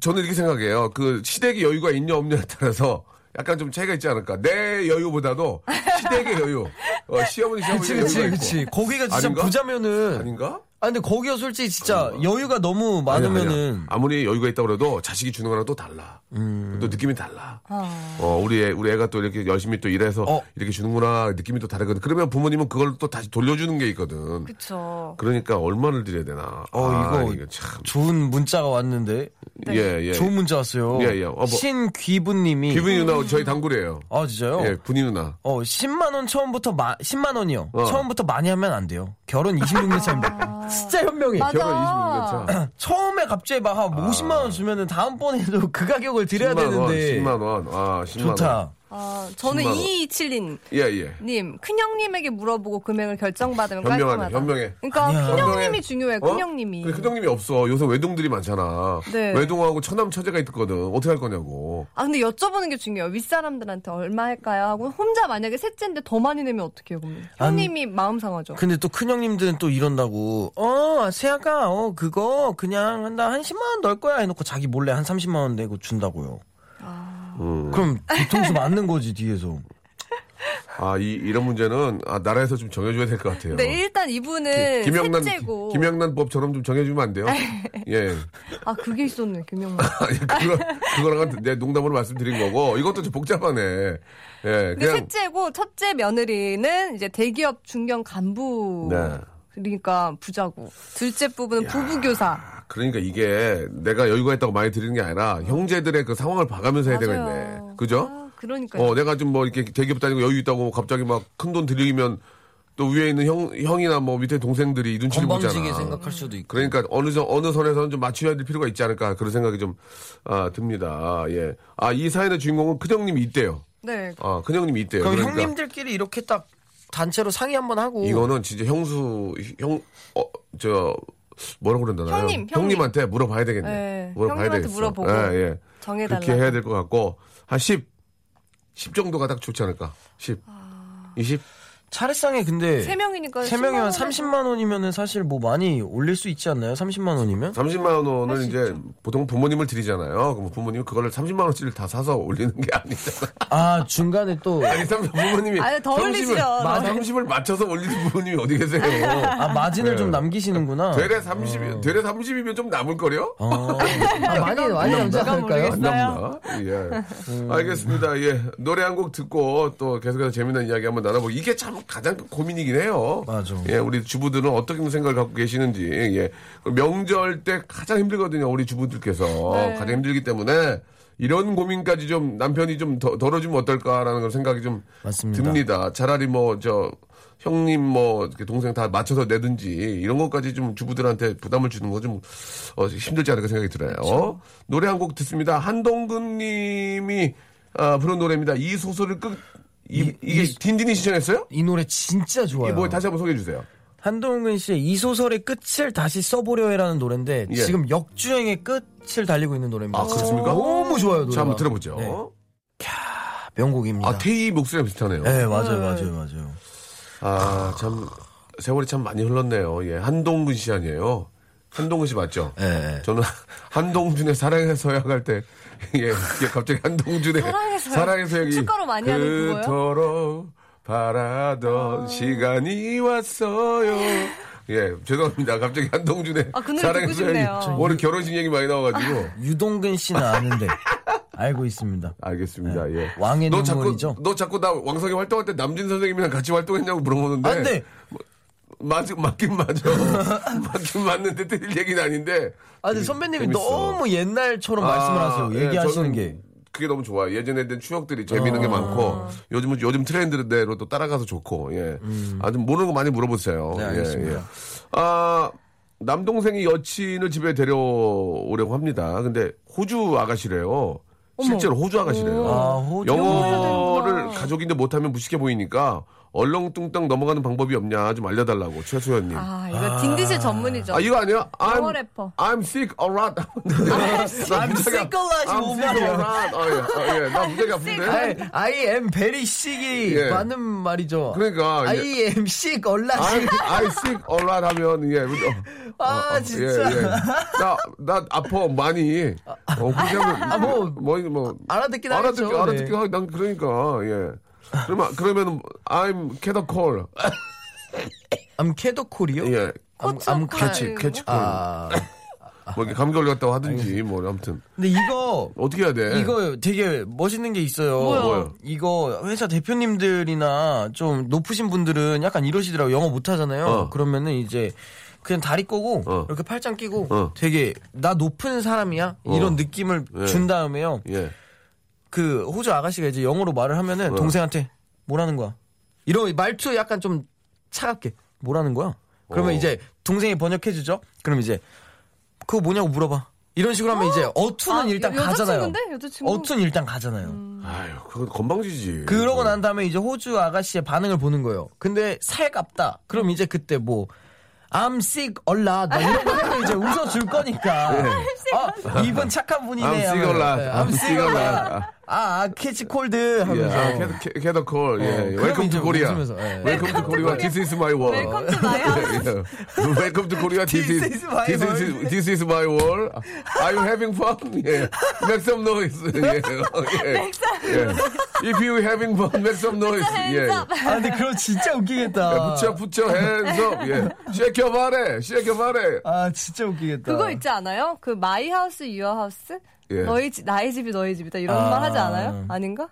저는 이렇게 생각해요. 그 시댁의 여유가 있냐 없냐에 따라서 약간 좀 차이가 있지 않을까. 내 여유보다도 시댁의 여유, 어, 시어머니 시어머니 그치, 의 여유가 그치, 있고. 그치. 거기가 진짜 예. 아닌가? 부자면은. 아닌가? 아, 근데 거기가 솔직히 진짜 여유가 너무 많으면은. 아무리 여유가 있다고 해도 자식이 주는 거랑 또 달라. 음. 또 느낌이 달라. 아, 어, 우리 애, 우리 애가 또 이렇게 열심히 또 일해서 어. 이렇게 주는구나 느낌이 또 다르거든. 그러면 부모님은 그걸 또 다시 돌려주는 게 있거든. 그쵸. 그러니까 얼마를 드려야 되나. 어, 아, 이거, 참. 좋은 문자가 왔는데. 네. 예, 예. 좋은 문자 왔어요. 예, 예. 어, 뭐. 신귀부님이. 기분이 누나 저희 단골이에요. 아, 진짜요? 예, 분이 누나. 어, 10만원 처음부터 마, 10만원이요. 어. 처음부터 많이 하면 안 돼요. 결혼 26년 차입니다. 진짜 현명해. 맞아. 결혼 26년 차. 처음에 갑자에 막뭐 한 50만원 주면은 다음번에도 그 가격을 드려야 10만 아. 원, 되는데. 10만 원. 아, 10만 원. 좋다. 아, 저는 10만 원. 2227님. 예, 예. 님, 큰형님에게 물어보고 금액을 결정받으면 현명하네, 깔끔하다. 현명해. 그러니까 아니야. 큰형님이 중요해. 어? 네, 큰형님이. 근데 큰형님이 없어. 요새 외동들이 많잖아. 네. 외동하고 처남 처제가 있거든. 어떻게 할 거냐고. 아 근데 여쭤보는 게 중요해요. 윗사람들한테 얼마 할까요? 하고 혼자 만약에 셋째인데 더 많이 내면 어떡해요, 그러면? 아니. 형님이 마음 상하죠. 근데 또 큰형님들은 또 이런다고 어 세아가 어 그거 그냥 한다 한 10만원 넣을 거야 해놓고 자기 몰래 한 30만원 내고 준다고요 아. 음. 그럼 뒤통수 맞는 거지 뒤에서 아, 이, 이런 문제는, 아, 나라에서 좀 정해줘야 될 것 같아요. 근데 일단 이분은 그 김영란, 셋째고. 김영란 법처럼 좀 정해주면 안 돼요? 예. 아 그게 있었네, 김영란. 아니, 그거, 그거랑은 내 농담으로 말씀드린 거고, 이것도 좀 복잡하네. 예, 근데 그냥. 셋째고 첫째 며느리는 이제 대기업 중견 간부. 네. 그러니까 부자고 둘째 부부는 부부 교사. 그러니까 이게 내가 여유가 있다고 많이 드리는 게 아니라 형제들의 그 상황을 봐가면서 해야 되겠네. 어. 맞아요. 그죠? 아, 그러니까요. 어, 내가 좀 뭐 이렇게 대기업 다니고 여유 있다고 뭐 갑자기 막 큰 돈 들이면 또 위에 있는 형, 형이나 뭐 밑에 동생들이 눈치를 건방지게 보잖아. 생각할 수도 있고 그러니까 어느 선, 어느 선에서는 좀 맞춰야 될 필요가 있지 않을까 그런 생각이 좀 아, 듭니다. 예. 아, 이 사연의 주인공은 큰형님이 있대요. 네. 아, 큰형님이 있대요. 그럼 그러니까 뭐- 형님들끼리 이렇게 딱 단체로 상의 한번 하고 이거는 진짜 형수 형 어, 저 뭐라고 그랬나 나요? 형님, 형님. 형님한테 물어봐야 되겠네. 네, 물어봐야 형님한테 되겠어. 물어보고 예, 예. 정해달라. 그렇게 해야 될 것 같고 한 10, 10 정도가 딱 좋지 않을까? 10, 아. 20. 차례상에 근데 예. 세 명이니까 3명이면 10만 원에서. 30만 원이면은 사실 뭐 많이 올릴 수 있지 않나요? 30만 원이면? 30만 할수 원을 이제 있죠. 보통 부모님을 드리잖아요. 그럼 부모님이 그거를 30만 원치를 다 사서 올리는 게 아니잖아. 아 중간에 또 아니, 삼- 부모님이 아니, 더 30을 올리죠. 마- 더 30을 맞춰서 올리는 부모님이 어디 계세요? 아, 마진을 네. 좀 남기시는구나. 되레 아. 30, 되레 30이면 좀 남을 거려? 어. 아, 많이 많이 남지 않을까요? 안 남나? 예. 알겠습니다. 예. 노래 한 곡 듣고 또 계속해서 재미난 이야기 한번 나눠보고 이게 참 가장 고민이긴 해요. 맞아. 예, 우리 주부들은 어떻게 생각을 갖고 계시는지. 예. 그 명절 때 가장 힘들거든요. 우리 주부들께서. 가장 힘들기 때문에 이런 고민까지 좀 남편이 좀 더- 덜어주면 어떨까라는 그런 생각이 좀 맞습니다. 듭니다. 차라리 뭐 저 형님 뭐 이렇게 동생 다 맞춰서 내든지 이런 것까지 좀 주부들한테 부담을 주는 거 좀 어, 힘들지 않을까 생각이 들어요. 그렇죠. 노래 한 곡 듣습니다. 한동근 님이 아, 부른 노래입니다. 이 소설을 끝 이, 게 딘딘이 시청했어요? 이 노래 진짜 이 좋아요. 뭐 다시 한번 소개해 주세요. 한동근 씨의 이 소설의 끝을 다시 써보려 해라는 노래인데 예. 지금 역주행의 끝을 달리고 있는 노래입니다. 아, 그렇습니까? 너무 좋아요 노래. 자, 한번 들어보죠. 명곡입니다. 아, 태희 목소리랑 비슷하네요. 네 맞아요 맞아요 맞아요. 아, 참 세월이 참 많이 흘렀네요. 예. 한동근 씨 아니에요. 한동근 씨 맞죠? 예, 예. 네. 저는 한동준의 사랑해서야 할 때, 예, 이게 갑자기 한동준의 사랑해서요? 사랑해서 여기 축가로 많이 하는 그거요? 아. 그토록 바라던 시간이 왔어요. 예, 죄송합니다. 갑자기 한동준의 아, 그 노래 듣고 사랑해서 싶네요. 여기 오늘 결혼식 얘기 많이 나와가지고 유동근 씨는 아는데 알고 있습니다. 알겠습니다. 예. 네. 왕의 너 자꾸 눈물이죠. 너 자꾸 나 왕성이 활동할 때 남진 선생님이랑 같이 활동했냐고 물어보는데 안돼 맞, 맞긴 맞아. 맞긴 맞는데 때릴 얘기는 아닌데. 아, 근데 되게 선배님이 재밌어. 너무 옛날처럼 말씀을 아, 하세요. 예, 얘기하시는 저는 게. 그게 너무 좋아. 예전에 된 추억들이 재미있는 게 많고 요즘은 요즘 트렌드대로 또 따라가서 좋고 예. 아주 모르는 거 많이 물어보세요. 음. 네, 알겠습니다. 예, 예. 아 남동생이 여친을 집에 데려오려고 합니다. 근데 호주 아가씨래요. 실제로 호주 아가씨래요. 아, 호주. 아. 영어를 가족인데 못하면 무식해 보이니까 얼렁뚱땅 넘어가는 방법이 없냐 좀 알려달라고 최수연님. 아, 아 이거 딘디실 전문이죠. 이거 아니야? 영어 I'm 래퍼. I'm sick a lot. I'm 아, sick I'm lot, 정말. sick a lot. 아, 예, 아, 예. 나 무지하게 아픈데. I, I am very sick이 예. 많은 말이죠. 그러니까 I 이게 am sick, 얼라 I'm sick. I'm sick a lot 하면 예. 어, 아, 어, 진짜. 예, 예. 나나 아파 많이. 어, 그렇게 하면 뭐, 뭐, 뭐 알아듣긴 알아듣게 하겠죠. 알아듣게 네. 하- 난 그러니까 예. 그러면 그러면 I'm c a t a call. I'm 캐더콜이요? 예. I'm, I'm 캐치 아이고. 캐치 콜. 아. 뭐 이렇게 감기 걸렸다고 하든지 뭐 아무튼 근데 이거 어떻게 해야 돼? 이거 되게 멋있는 게 있어요. 예. 뭐요? 이거 회사 대표님들이나 좀 높으신 분들은 약간 이러시더라고 영어 못 하잖아요. 어. 그러면은 이제 그냥 다리 꼬고 어. 이렇게 팔짱 끼고 어. 되게 나 높은 사람이야 이런 느낌을 예. 준 다음에요. 예. 그 호주 아가씨가 이제 영어로 말을 하면은 동생한테 뭐라는 거야? 이런 말투 약간 좀 차갑게 뭐라는 거야? 그러면 어. 이제 동생이 번역해 주죠. 그럼 이제 그거 뭐냐고 물어봐. 이런 식으로 하면 이제 어투는 아, 일단 여- 가잖아요. 여자친구인데? 음. 여자친구? 어투는 일단 가잖아요. 아유, 그건 건방지지. 그러고 난 다음에 이제 호주 아가씨의 반응을 보는 거예요. 근데 살갑다. 음. 그럼 이제 그때 뭐 I'm sick a lot 막 이런 거 하면 이제 웃어줄 거니까. 아, 이분 착한 분이네. 네. I'm sick a 하면서. lot. 네, I'm sick a lot. 아, 아 캐치 콜드 예, 하면서. 어, 아, 캐더- 캐- 캐더 콜. 예, 그럼 웰컴 이제 투 코리아. 웃으면서, 예. 웰컴 투 코리아. This is my world. 웰컴 투 마이 하우스. 웰컴 투 코리아. This is This is my this is- world. this is my world. Are you having fun? 예. Make some noise. 예. 예. 예. If you having fun, make some noise. 예. 아, 근데 그럼 진짜 웃기겠다. 야, 붙여 붙여 hands up. 예. Shake your body. Shake your body. 아, 진짜 웃기겠다. 그거 있지 않아요? 그 마이 하우스 유어 하우스? 예. 너희 집 나의 집이 너희 집이다 이런 아. 말 하지 않아요? 아닌가?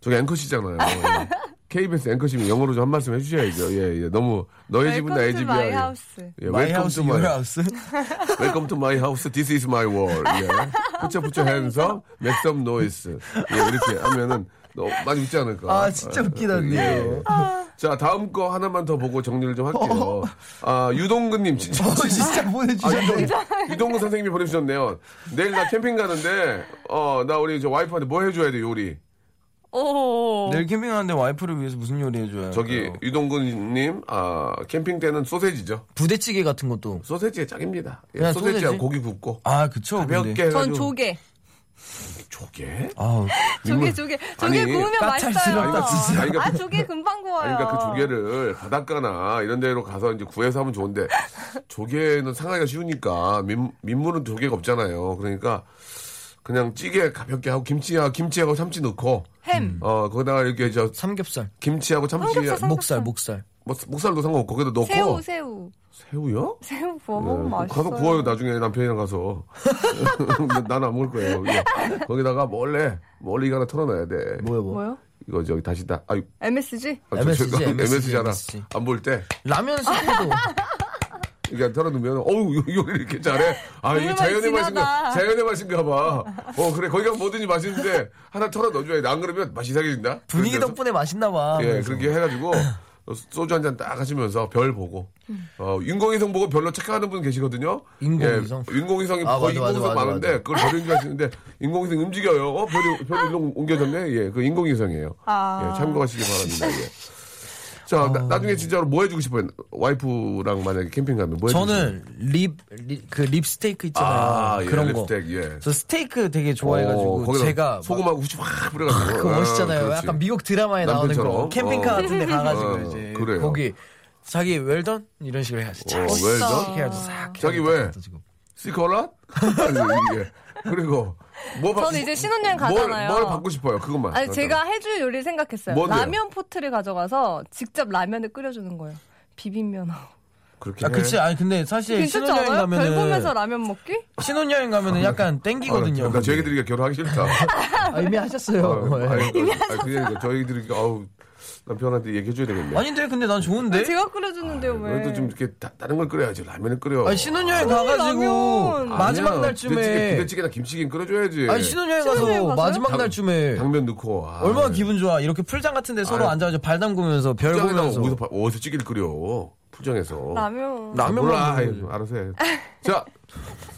저기 앵커시잖아요. 예. KBS 앵커시면 영어로 좀 한 말씀 해주셔야죠. 예, 예. 너무 너의 집은 나의 집이야. 마이 예. 하우스. 예, 마이 웰컴 하우스, 투 유어 마이 하우스. Welcome to my house. This is my world. 예. 붙여 붙여 hands up, make some noise. 예, 이렇게 하면은 너무 많이 웃지 않을까. 예, 아, 진짜 웃기다, 근데 이거. 자, 다음 거 하나만 더 보고 정리를 좀 할게요. 아, 유동근님 진짜. 어, 진짜 보내주셨네. 유동근 선생님이 보내주셨네요. 내일 나 캠핑 가는데, 어, 나 우리 저 와이프한테 뭐 해줘야 돼, 요리. 오. 네, 내일 캠핑하는데 와이프를 위해서 무슨 요리 해줘요? 저기, 유동근님, 아, 캠핑 때는 소세지죠. 부대찌개 같은 것도. 소세지의 짝입니다. 예, 그냥 소세지하고 소세지? 고기 굽고. 아, 그쵸. 근데. 가볍게 해가지고. 전 조개. 조개? 아우, 조개 조개. 조개 아니, 구우면 맛있어요. 까탈스럽다, 진짜. 아니, 그러니까 아 그- 조개 금방 구워요. 아니, 그러니까 그 조개를 바닷가나 이런 데로 가서 이제 구해서 하면 좋은데 조개는 상하기가 쉬우니까 민, 민물은 조개가 없잖아요. 그러니까 그냥 찌개 가볍게 하고 김치하고 김치하고 참치 넣고 햄. 어 거기다가 이렇게 저 삼겹살, 김치하고 참치 삼겹살, 삼- 목살, 목살. 뭐, 목살도 상관없고 거기다 넣고 새우 새우. 새우요? 새우 구워 예, 먹으면 맛있어요. 가서 구워요 나중에 남편이랑 가서 나는 안 먹을 거예요. 예. 거기다가 몰래 몰래 이거 하나 털어놔야 돼. 뭐야, 뭐. 뭐요? 이거 저기 다시 다 아유 MSG? 아, MSG, 저- 저- MSG, MSG 하나 MSG. 안볼 때. 라면 스프도. 그러니까 털어놓으면 어우 요- 요리 이렇게 잘해 아 이게 오늘만 자연의 진하다. 맛인가 자연의 맛인가 봐어 그래 거기가 뭐든지 맛있는데 하나 털어 넣어줘야 돼 안 그러면 맛이 이상해진다 분위기 그래서- 덕분에 뭐. 맛있나 봐. 예 그래서. 그러니까 그렇게 해가지고 어, 소주 한 잔 딱 하시면서 별 보고 어 인공위성 보고 별로 착각하는 분 계시거든요 인공위성? 예, 인공위성이 아, 거의 맞아, 맞아, 인공위성 맞아, 많은데 맞아. 그걸 별인 줄 아시는데 인공위성 움직여요 어 별이 별이 일로 옮겨졌네 예그 인공위성이에요 아. 예, 참고하시기 바랍니다 예. 자 아. 나, 중에 진짜로 뭐 해주고 싶어요 와이프랑 만약에 캠핑 가면 뭐 해주고 싶어요? 저는 립, 립, 그 립스테이크 있잖아요. 아, 예, 그런 거. 립스틱, 예. 저 스테이크 되게 좋아해가지고 어, 거기다 제가 막 소금하고 후추 확 뿌려가지고 그거 아, 멋있잖아요. 그렇지. 약간 미국 드라마에 나오는 남편처럼. 그런 캠핑카 어. 같은데 가가지고 어, 이제 그래요. 거기 자기 웰던 이런 식으로 해야지. 어, 자, 웰 이렇게 해야지 싹. 자기 해가지고 왜? 지금. 시컬라? 그리고 뭐 받- 저는 이제 신혼여행 가잖아요. 뭘, 뭘 받고 싶어요? 그것만. 아니 제가 해줄 요리 생각했어요. 뭔데요? 라면 포트를 가져가서 직접 라면을 끓여주는 거예요. 비빔면하고. 그렇게 아, 해. 그치. 아니, 근데 사실 괜찮지 신혼여행 않아요? 별 가면은, 보면서 라면 먹기? 신혼여행 가면은 약간 아, 땡기거든요. 나 저에게 드리기가 결혼하기 싫다. 어, 아, 이미 하셨어요. 뭐, 예. 네. 그냥 저에게 드리기가 아우 남편한테 얘기해줘야 되겠네. 아닌데, 근데 난 좋은데? 제가 끓여주는데요 왜? 그래도 좀 아, 이렇게 다, 다른 걸 끓여야지 라면을 끓여. 아니, 신혼여행 가가지고, 라면. 마지막 아니야. 부대찌개, 날쯤에, 부대찌개나 김치긴 끓여줘야지. 아니, 신혼여행 가서 신혼여행 가서요? 마지막 당- 날쯤에, 당면 넣고. 아, 얼마나 기분 좋아. 이렇게 풀장 같은데 서로 아유. 앉아가지고 발 담그면서, 별 풀장에다가 보면서. 어디서 바- 어디서 찌개를 끓여? 풀장에서. 라면. 라면만 몰라. 먹는 거지. 아유, 알아서 해. 자,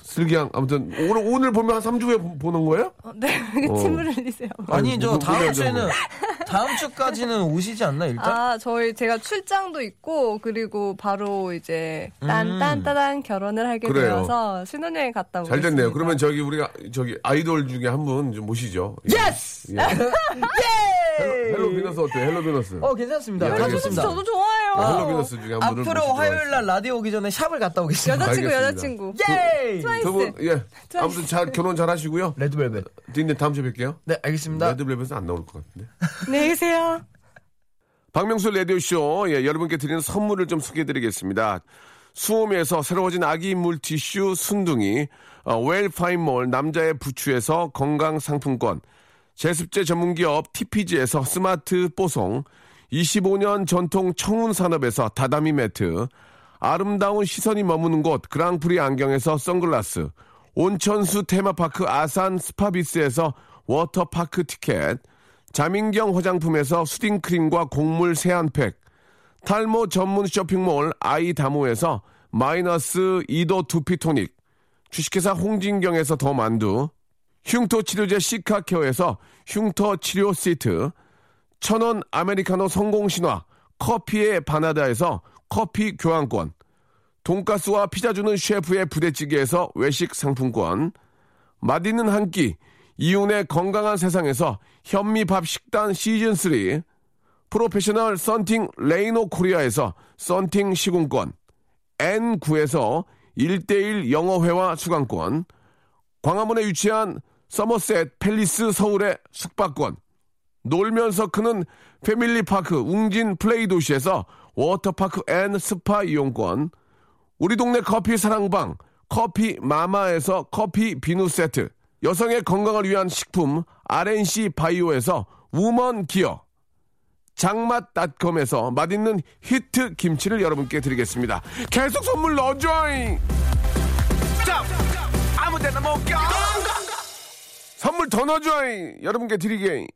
슬기양 아무튼 오늘 오늘 보면 한 3주 후에 보- 보는 거예요? 어, 네, 왜 어. 이렇게 침을 흘리세요? 아니, 아유, 저 뭐, 다음 뭐냐, 주에는, 저거. 다음 주까지는 오시지 않나, 일단? 아, 저희 제가 출장도 있고 그리고 바로 이제 음. 딴딴따단 결혼을 하게 그래요. 되어서 신혼여행 갔다 오고 잘 됐네요. 그러면 저기 우리가 저기 아이돌 중에 한 분 좀 모시죠. 예. 예스! 예. 헬로, 헬로 비너스 어때요? 헬로 비너스. 어, 괜찮습니다. 예, 다 알겠습니다. 좋습니다. 아, 저도 좋아해요. 예, 헬로 비너스 중에 한 분을 앞으로 모시도록 화요일 날 라디오 오기 전에 샵을 갔다 오겠습니다. 여자친구 알겠습니다. 여자친구. 예이! 트와이스. 두분 예. 아무튼 잘 결혼 잘 하시고요. 레드벨벳. 딘데 다음 주에 뵐게요. 네, 알겠습니다. 레드벨벳은 안 나올 것 같은데. 안녕히 계세요. 박명수 라디오쇼, 예, 여러분께 드리는 선물을 좀 소개해드리겠습니다. 수홈에서 새로워진 아기 인물 티슈 순둥이, 어, 웰파인몰 남자의 부추에서 건강상품권, 제습제 전문기업 TPG에서 스마트 뽀송, 25년 전통 청운산업에서 다다미 매트, 아름다운 시선이 머무는 곳 그랑프리 안경에서 선글라스, 온천수 테마파크 아산 스파비스에서 워터파크 티켓, 자민경 화장품에서 수딩크림과 곡물 세안팩, 탈모 전문 쇼핑몰 아이다모에서 마이너스 2도 두피토닉, 주식회사 홍진경에서 더 만두, 흉터 치료제 시카케어에서 흉터 치료 시트, 천원 아메리카노 성공 신화 커피의 바나다에서 커피 교환권, 돈가스와 피자 주는 셰프의 부대찌개에서 외식 상품권, 맛있는 한 끼, 이윤의 건강한 세상에서 현미밥 식단 시즌 3, 프로페셔널 썬팅 레이노 코리아에서 썬팅 시공권, N9에서 1대1 영어회화 수강권, 광화문에 위치한 서머셋 팰리스 서울의 숙박권, 놀면서 크는 패밀리파크 웅진 플레이 도시에서 워터파크 앤 스파 이용권, 우리 동네 커피 사랑방 커피 마마에서 커피 비누 세트 여성의 건강을 위한 식품 RNC 바이오에서 우먼 기어 장맛닷컴에서 맛있는 히트 김치를 여러분께 드리겠습니다 계속 선물 넣어줘잉 선물 더 넣어줘잉 여러분께 드리게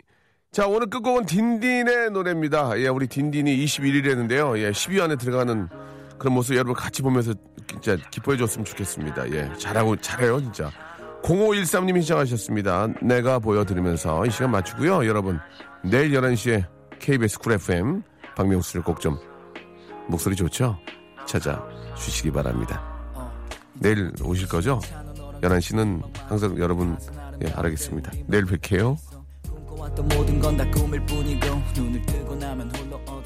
자 오늘 끝곡은 딘딘의 노래입니다 예 우리 딘딘이 21일 했는데요 예 10위 안에 들어가는 그런 모습 여러분 같이 보면서 진짜 기뻐해 줬으면 좋겠습니다. 예, 잘하고 잘해요 진짜. 0513님이 시작하셨습니다. 내가 보여드리면서 이 시간 마치고요. 여러분 내일 11시에 KBS 쿨 FM 박명수를 꼭 좀 목소리 좋죠? 찾아주시기 바랍니다. 내일 오실 거죠? 11시는 항상 여러분 예, 알겠습니다. 내일 뵐게요. 꿈꿔왔던 모든 건 다 꿈일 뿐이고 눈을 뜨고 나면 홀로